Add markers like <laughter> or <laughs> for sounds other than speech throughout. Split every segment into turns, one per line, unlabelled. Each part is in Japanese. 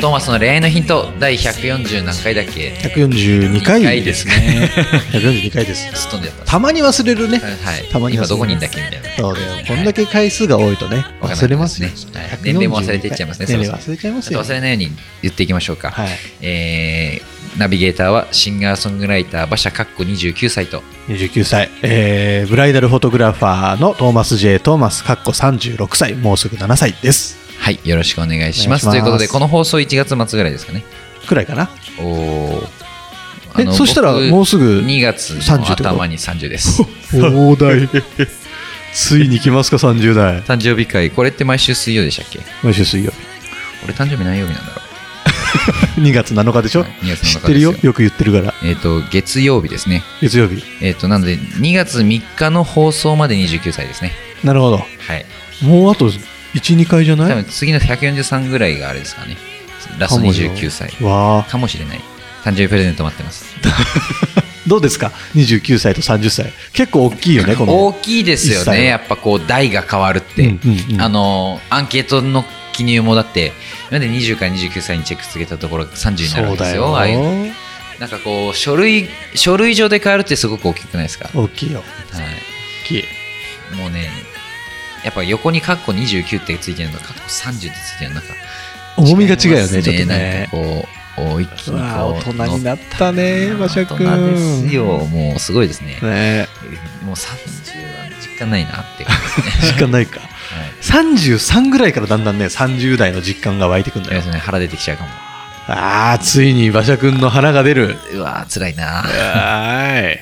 トーマスの恋愛のヒント第140何回だっけ
142回
回ですね
142回です。
すっ飛んでやった
たまに忘れるね。
はい
たまに忘れ
今
ます
どこにいんだっけみたいな
そうだよ。こんだけ回数が多いとね、
わかんない
忘れますよ
ですねはい。年齢も忘れていっちゃいますね
年齢
そろ
忘れちゃいま
ち
す
ょ
よ
っ。と忘れないように言っていきましょうか、
はい。
えーナビゲーターはシンガーソングライター馬車かっこ29歳と
29歳、えー、ブライダルフォトグラファーのトーマス J. トーマス、かっこ36歳、もうすぐ7歳です。
はいよろしくお願いします
お
と
願いします
いうことでこの放送1月末ぐらいですかね
くらいかな。
おお
え、そしたらもうすぐ、
2月
30
の
ってこと
頭に30です
大台。ついに来ますか、30代。
誕生日会これって毎週水曜でしたっけ
毎週水曜
俺誕生日何曜日なんだろ
日。2月7日でしょ
はい2月7日です
知
よ
ってるよ。よく言ってるから。
うえっ、と月曜日ですね
月曜日。
えっ、となので2月3日の放送まで29歳ですね
なるほど。
はい
もうあと1、2回じゃ
多
ない
分次の143ぐらいがあれですかねラスト29歳
わあ
かもしれない誕生日プレゼント待ってます
どうですか29歳と30歳結構大きい
<laughs>
よねこの
大きいですよ
一切は
ねやっぱこう代が変わるって、
うんうんうん
あのアンケートの記入もだってなんで20から29歳にチェックつけたところ30になる
そ
んで
うだ
す
よ
よああいうなんかこう書類書類上で変わるってすごく大きくないですか、は
大きいよ
い、
大きい
もうねやっぱ横にカッコ29ってついてるのとカッコ30ってついてるのなんか
重みが違うよ
ます
ねちょっとね
なんかこうお一気
う
に
わあ
こ
大
う
人になったね馬車くん
大人ですよもうすごいですね
ね
もう30は実感ないなって感じ
<laughs>
ですね、
実感ないか
はい
33ぐらいからだんだんね30代の実感が湧いてくんだ
や
よ
それね腹出てきちゃうかも
ああついに馬車くんの腹が出る
うわー辛いな
は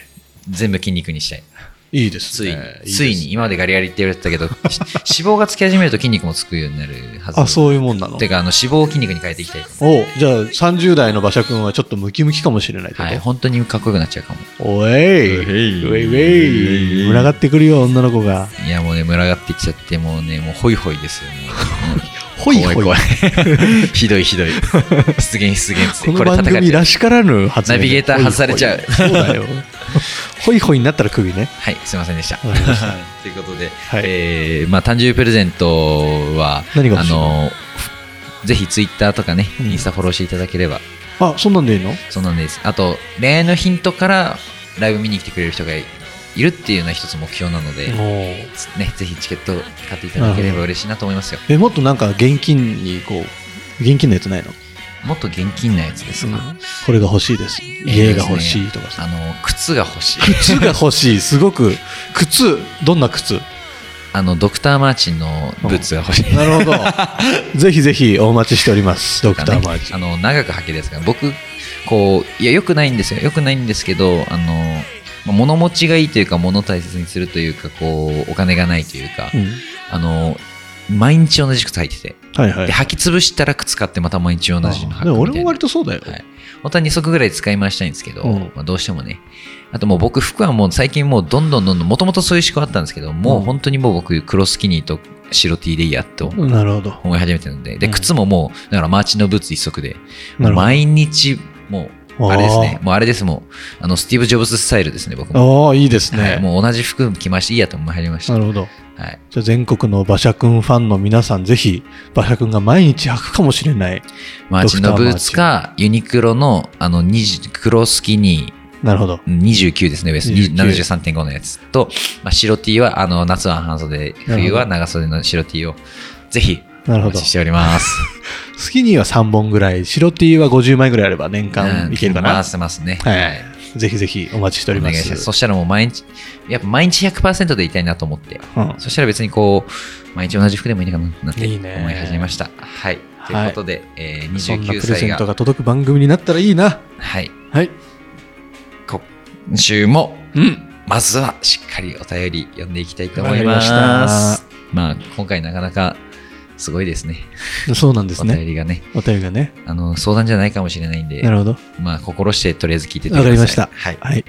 全部筋肉にしたい
いいいです
ついに、
ね
ついに今までガリガリって言われてたけどし <laughs> 脂肪がつき始めると筋肉もつくようになるはず
あそういうもんなの
てかあの脂肪を筋肉に変えていきたいと思
おじゃあ30代の馬車くんはちょっとムキムキかもしれないって
う
こ
はい
と
本当にかっこよくなっちゃうかも
お
う
えい
へいう
えいうえい群がってくるよ女の子が
いやもうね群がってきちゃってもうねもうホイホイですよもう
<laughs>
も
ほいほい
怖い怖い <laughs> うひどいひどい出現出現つって
この番
叩かれ
組
ちゃう
らしからぬ発言
ナビゲーター外されちゃう
ほいほいそうだよほいほいになったら首ね
<laughs> はいすいませんでした
わかりまし
<laughs> ということで、
はい
えーまあ、誕生日プレゼントは
何が欲しい
あのぜひツイッターとかね、
うん
インスタフォローしていただければ
あそんなんでいいの
そうなんですあと恋愛のヒントからライブ見に来てくれる人がいるっていうのは一つ目標なので、
え
ね、ぜひチケット買っていただければ嬉しいなと思いますよ
もっとなんか現金にこう現金のやつないの
もっと現金なやつですか、
これが欲しいです家が欲しいとかさ
あの靴が欲しい
靴が欲しいすごく靴どんな靴
あのドクター・マーチンのブーツが欲しい、
なるほ <laughs> どぜひぜひお待ちしておりますドクターマーチ
あの長く履けるやつが僕こういやよくないんですよよくないんですけどあのまあ物持ちがいいというか物を大切にするというかこうお金がないというか、
うん
あの毎日同じ靴履いてて、
はいはい
で履き潰したら靴買ってまた毎日同じの履くみた
あ
い
で
な
も俺も割とそうだよ
はい、本当は2足ぐらい使い回したいんですけど、
うん
まあ、どうしてもねあともう僕服はもう最近もうどんどんどんどんもともとそういう思考あったんですけどもう本当にもう僕黒スキニーと白 T でいいやと
なるほど
思い始めてるのでで
うん
靴ももうだからマーチのブーツ一足で
なるほど
毎日もう
あー
あれですねもうあれですもうあのスティーブ・ジョブズスタイルですね僕も,、
ああいいですね、
はい、もう同じ服着ましていいやと思い始めました、
な
は
るほど
い、
じゃあ全国の馬車くんファンの皆さん、ぜひ馬車くんが毎日履くかもしれない。
マーチのブーツかユニクロのあの20黒スキニー
なるほど。
29ですね、ウエスト
29
73.5のやつと、まあ、白 T はあの夏は半袖、冬は長袖の白 T をぜひお
なるほ
待
ど
ちしております。
スキニーは3本ぐらい、白 T は50枚ぐらいあれば年間いけるかな
回。せますね。
はい。ぜひぜひお待ちして
お
おり
願
ま
い
す。
します。そしたらもう毎日、やっぱ毎日100%でいたいなと思って、
うん
そしたら別にこう、毎日同じ服でもいいかななんて
い
思
い
い
ね
始めました。はい。と
はいいう
ことで、えー
そんな
29
プレ
歳
ゼン
が
トが届く番組になったらいいな。
はい、
はい。
今週も、
うん。
まずはしっかりお便り読んでいきたいと思
わか
い
りま
ま
し
す。
た
まあ今回なかなかすごいですね。
そうなんです
お便
ね。
りがね。
お便りがね。
あの、相談じゃないかもしれないんで
な、るほど。
まあ、心してとりあえず聞いててくださ
わ
い。
かりました。
はい。
はい。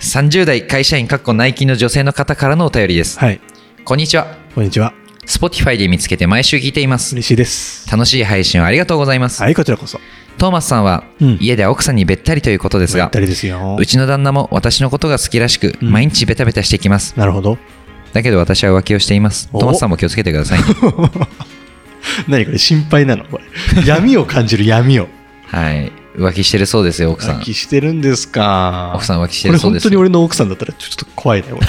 30代会社員かっこ内勤の女性の方からのお便りです。
はい。
こんにちは。
こんにちは。
Spotify で見つけて毎週聞いています。
嬉しいです。
楽しい配信をありがとうございます。
はい、こちらこそ。
トーマスさんは、
うん
家では奥さんにべったりということです
ぴ
が
った、りですよ
う。ちの旦那も私のことが好きらしく、
うん
毎日ベタベタしてきます。
なるほど。
だけど私は浮気をしています。ト
お
ーマスさんも気をつけてくださ
<laughs>
い。
何これ心配なのこれ。闇を感じる闇を。
はい。浮気してるそうですよ、奥さん
浮。気してるんですか。
奥さん浮気して
こ
る
れ
そう
本
で
当
す
に。俺の奥さんだったらちょっと怖いね。俺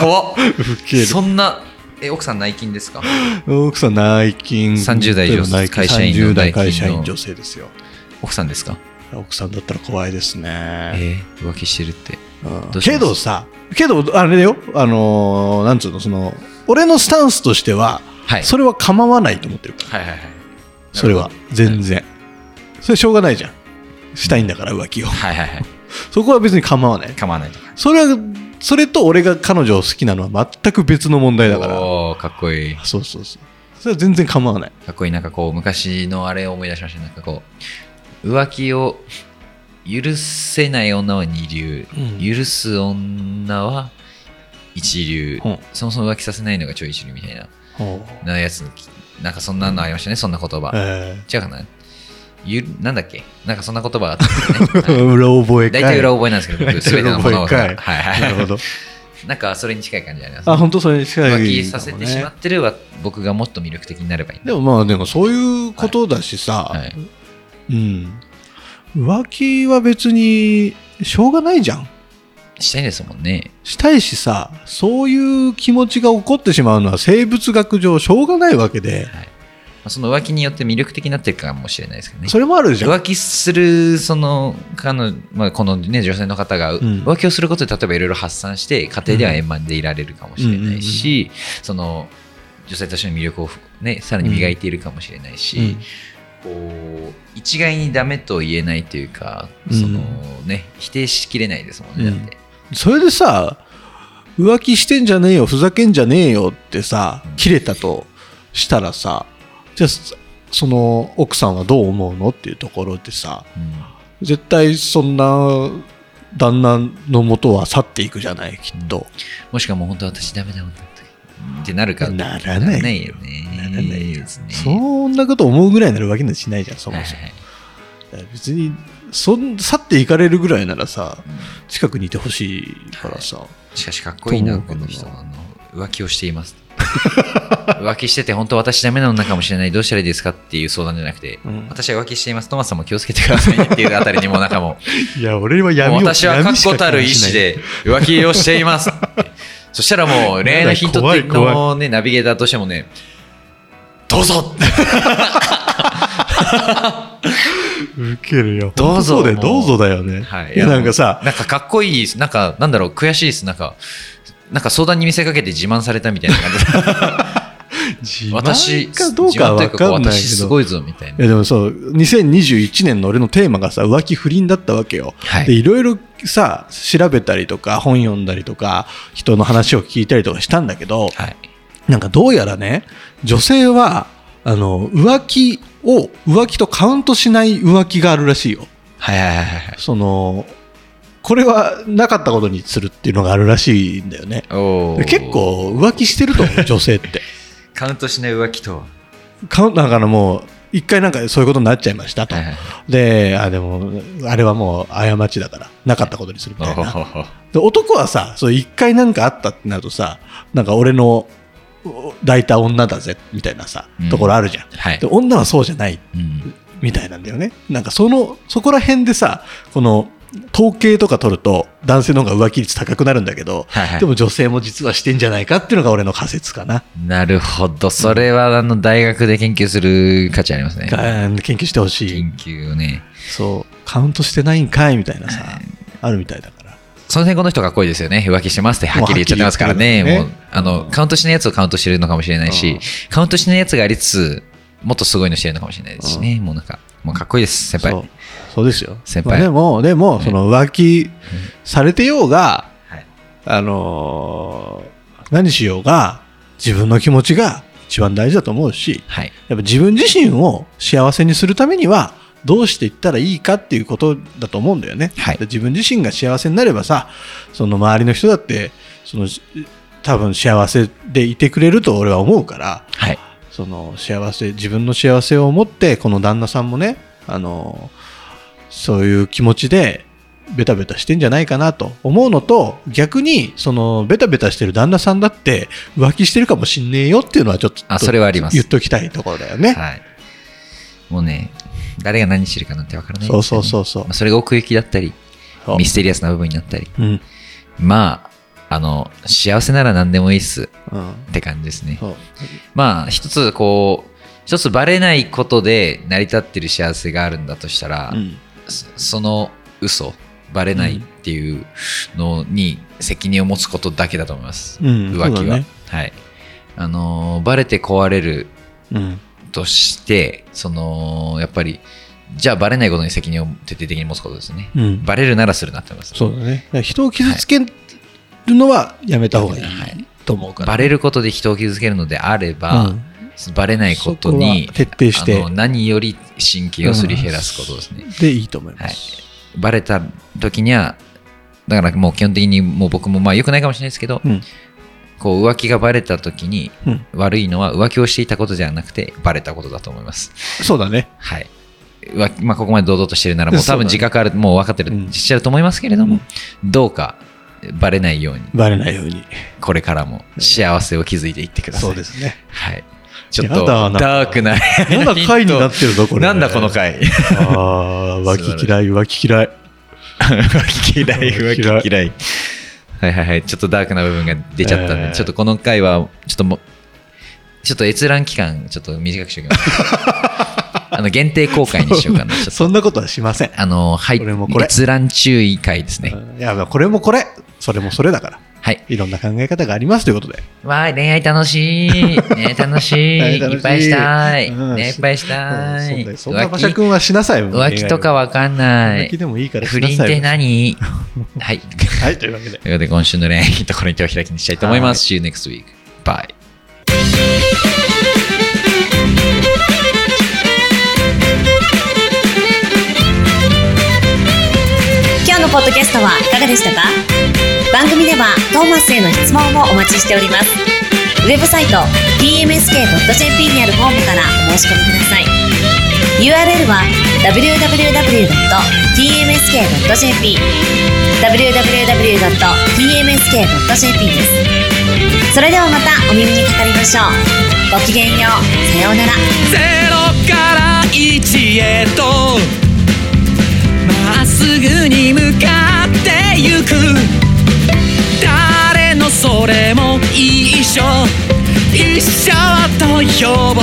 怖っ
ウケる
そんな、え、奥さん内勤ですか
奥さん内勤
30代女
内勤
会社員の
30代
内
会
勤
社
の
員女性ですよ
奥さんですか
奥さんだったら怖いですね、
えー浮気してるって。
うん
どうします
けどさけどあれだよあのーなんつうのその俺のスタンスとしては、
はい。
それは構わないと思ってるから
はいはいはい。
それは全然それしょうがないじゃんしたいんだから浮気を
はいはいはい。
そこは別に構わない
構わないと。
それはそれと俺が彼女を好きなのは全く別の問題だから
おーかっこいい。
そうそうそうそれは全然構わない
かっこいい。なんかこう、昔のあれを思い出しました。なんかこう、浮気を許せない女は二流、
うん
許す女は一流、
うん
そもそも浮気させないのが超一流みたいな、
ほう
なやつ、なんかそんなのありましたね、そんな言葉。
え
違うかなゆなんだっけなんかそんな言葉があったんです
<laughs>
よね。はい
ー裏覚えか
大
い
体裏覚えなんですけど、
<laughs>
僕、すべてのもの
大
は。は
体裏覚
い
え
は
なる
い。
ほど。
なんかそれに近い感じがあります、
あ、本当それに近いかもね
浮気させてしまってるは僕がもっと魅力的になればいいな
でもまあ、でもそういうことだしさ、
はい、
うん。浮気は別に、しょうがないじゃん。
したいですもんね
したいしさ、そういう気持ちが起こってしまうのは生物学上しょうがないわけで、
まあその浮気によって魅力的になってるかもしれないですけどね
それもあるじゃん。
浮気するその彼女、まあ、この、ね、女性の方が
ん
浮気をすることで例えばいろいろ発散して家庭では円満でいられるかもしれないし、その女性としての魅力を、ね、さらに磨いているかもしれないし、
うん
こう一概にダメと言えないというか、
うん
そのね、否定しきれないですもんね、
うん
だって
それでさ、浮気してんじゃねえよ、ふざけんじゃねえよってさ、切れたとしたらさ、じゃあ、その奥さんはどう思うのっていうところでさ、
うん
絶対そんな旦那のもとは去っていくじゃないきっと、
もしくはもう本当私ダメだもんだってなるか
ならないよ
よね。
ならないよ
ですね。
そんなこと思うぐらいならわけなんてしないじゃんそ
は
も
い
そ
は
も、
い
だから別にそん去っていかれるぐらいならさ近くにいてほしいからさ、
しかしかっこいいな、
と思
こ
うけ
の
ど
人は。あの浮気をしています。 <laughs> 浮気してて本当私ダメなのかもしれない、どうしたらいいですかっていう相談じゃなくて、
うん
私は浮気しています、トマスさんも気をつけてくださいねっていうあたりにもうなんかも
<laughs> い、や俺は
う、
<laughs> 闇
も
を
う私は
闇
確
し
固
か
たる意
感
志
じない
で浮気をしています。そしたらもう恋愛のヒント
怖い怖い
のね、ナビゲーターとしてもね、どうぞ
ウケるよ
どうぞ
本当そうだよ
も
ど
う
うぞだよね、
はい
いやなんかさ
なんかかっこいいです。なんか、なんだろう、悔しいです。なんか、なんか相談に見せかけて自慢されたみたいな感じで
<laughs> 自
私、
慢かどうかは
自慢
分
とい
かんない
私
け
す
ど
ごいぞ、みたい
い
な。
やでもそう2021年の俺のテーマがさ浮気不倫だったわけよ、
はい
でいろいろさ調べたりとか本読んだりとか人の話を聞いたりとかしたんだけど、
はい。
なんかどうやらね女性はあの浮気を浮気とカウントしない浮気があるらしいよ
はいはいはいはい。
そのこれはなかったことにするっていうのがあるらしいんだよね
お
で
ー
結構浮気してると思う女性って
カウントしない浮気とは。
<laughs> カウンなんかあのもう一回なんかそういうことになっちゃいましたと、
はいはい
であでもあれはもう過ちだからなかったことにするみたいな
はい。
で男はさそう一回なんかあったってなるとさなんか俺のお抱いた女だぜみたいなさ、
うん
ところあるじゃん
はい
で。女はそうじゃない
うん
みたいなんだよねなんかそのそこら辺でさこの統計とか取ると男性の方が浮気率高くなるんだけど、
はいはい
でも女性も実はしてんじゃないかっていうのが俺の仮説かな、
なるほど。それは、あの、大学で研究する価値ありますね。
が研究してほしい
研究をね。
そうカウントしてないんかいみたいなさあるみたいだから
その辺この人かっこいいですよね。浮気してますってはっきり言っちゃってますからね。
もうはっ
も
き
う
り、
あの、カウントしないやつをカウントしてるのかもしれないし、カウントしないやつがありつつ、もっとすごいのしてるのかもしれないですしね。もうなんか、もうかっこいいです、先
そう
輩。
そうですよ
先輩
まあでもでもその浮気されてようが、
はい
あのー何しようが自分の気持ちが一番大事だと思うし、
はい。
やっぱ自分自身を幸せにするためにはどうしていったらいいかっていうことだと思うんだよね、
はい
で自分自身が幸せになればさその周りの人だってその多分幸せでいてくれると俺は思うから
はい。
その幸せ自分の幸せを持ってこの旦那さんもねあのそういう気持ちでベタベタしてんじゃないかなと思うのと逆にそのベタベタしてる旦那さんだって浮気してるかもしんねえよっていうのはちょっと
あそれはあります
言っときたいところだよね。
はい。もうね、誰が何してるかなんてわからない、
そうそうそうそう
まあそれが奥行きだったり、
そう
ミステリアスな部分になったり。
うん
まあ、あの、幸せなら何でもいいっす
うん
って感じですね。
そう
まあ、一つこう、一つバレないことで成り立ってる幸せがあるんだとしたら、
うん
そその嘘、バレないっていうのに責任を持つことだけだと思います。
うん
浮
そ
気
う
は、
だね
はいあのーバレて壊れる
うん
としてそのやっぱりじゃあバレないことに責任を徹底的に持つことですね、
うん
バレるならするなって思います
そうだねだから人を傷つけるのはやめた方がいい
はい
と思うから
バレることで人を傷つけるのであれば、
うん
バレないことに
そこは徹底して
あの何より神経をすり減らすことですね、
でいいと思います
バレた時にはだからもう基本的にもう僕もまあ良くないかもしれないですけど、
うん
こう浮気がバレた時に
うん
悪いのは浮気をしていたことじゃなくてバレたことだと思います。
そうだね
はい浮気まあ、ここまで堂々としてるならもう
そう
多
だ
分
ね
自覚ある、もう分かってる、
うん
しちゃうと思いますけれども、どうかバレないように
バレないように
これからも幸せを築いていってください。
すね
はい、ちょっ
や
と
だな
ダークな <laughs>
まだ回になってるぞこれ
なんだこの
<laughs>
回
あ
<laughs>
ー浮気嫌い浮気嫌い
浮気 <laughs> 嫌い
浮気
浮気嫌いはいはいはいちょっとダークな部分が出ちゃったんで、
えー
ちょっとこの回はちょっともうちょっと閲覧期間ちょっと短くしておき
<laughs>
ますあの限定公開にしようかなちょっと
そんなことはしません
あのはい
これもこれ
閲覧注意回ですね、
いやまあこれもこれそれもそれだから
はい
いろんな考え方がありますということで
わー恋愛楽しい恋愛楽しい
<laughs> 恋愛楽しい
いっぱいしたい、
うん
ねいっぱいし
うん
たい、
そうだよそんな馬車
浮気
君はしなさいもう
<laughs> 浮気とかわかんな
浮
い
気でもいいからし
不
な
倫っ
さい
て
よ <laughs>
何はい
はいというわけで
ということで今週の恋愛のところに手を開きにしたいと思います。See you next week. Bye.
「今日のポッドキャストはいかがでしたか番組ではトーマスへの質問もお待ちしておりますウェブサイト tmsk.jp にあるフォームからお申し込みください URL は www.tmsk.jp www.tmsk.jp ですそれではまたお耳にかかりましょうごきげんようさようなら
ゼロから一へとまっすぐに向かってゆく誰のそれも一緒一緒と呼ぼう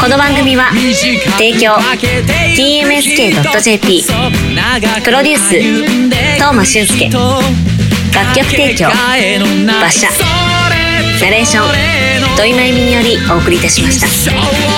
この番組は提供 TMSK.jp プロデュース東間俊介楽曲提供馬車ナレーション土井真由美によりお送りいたしました
「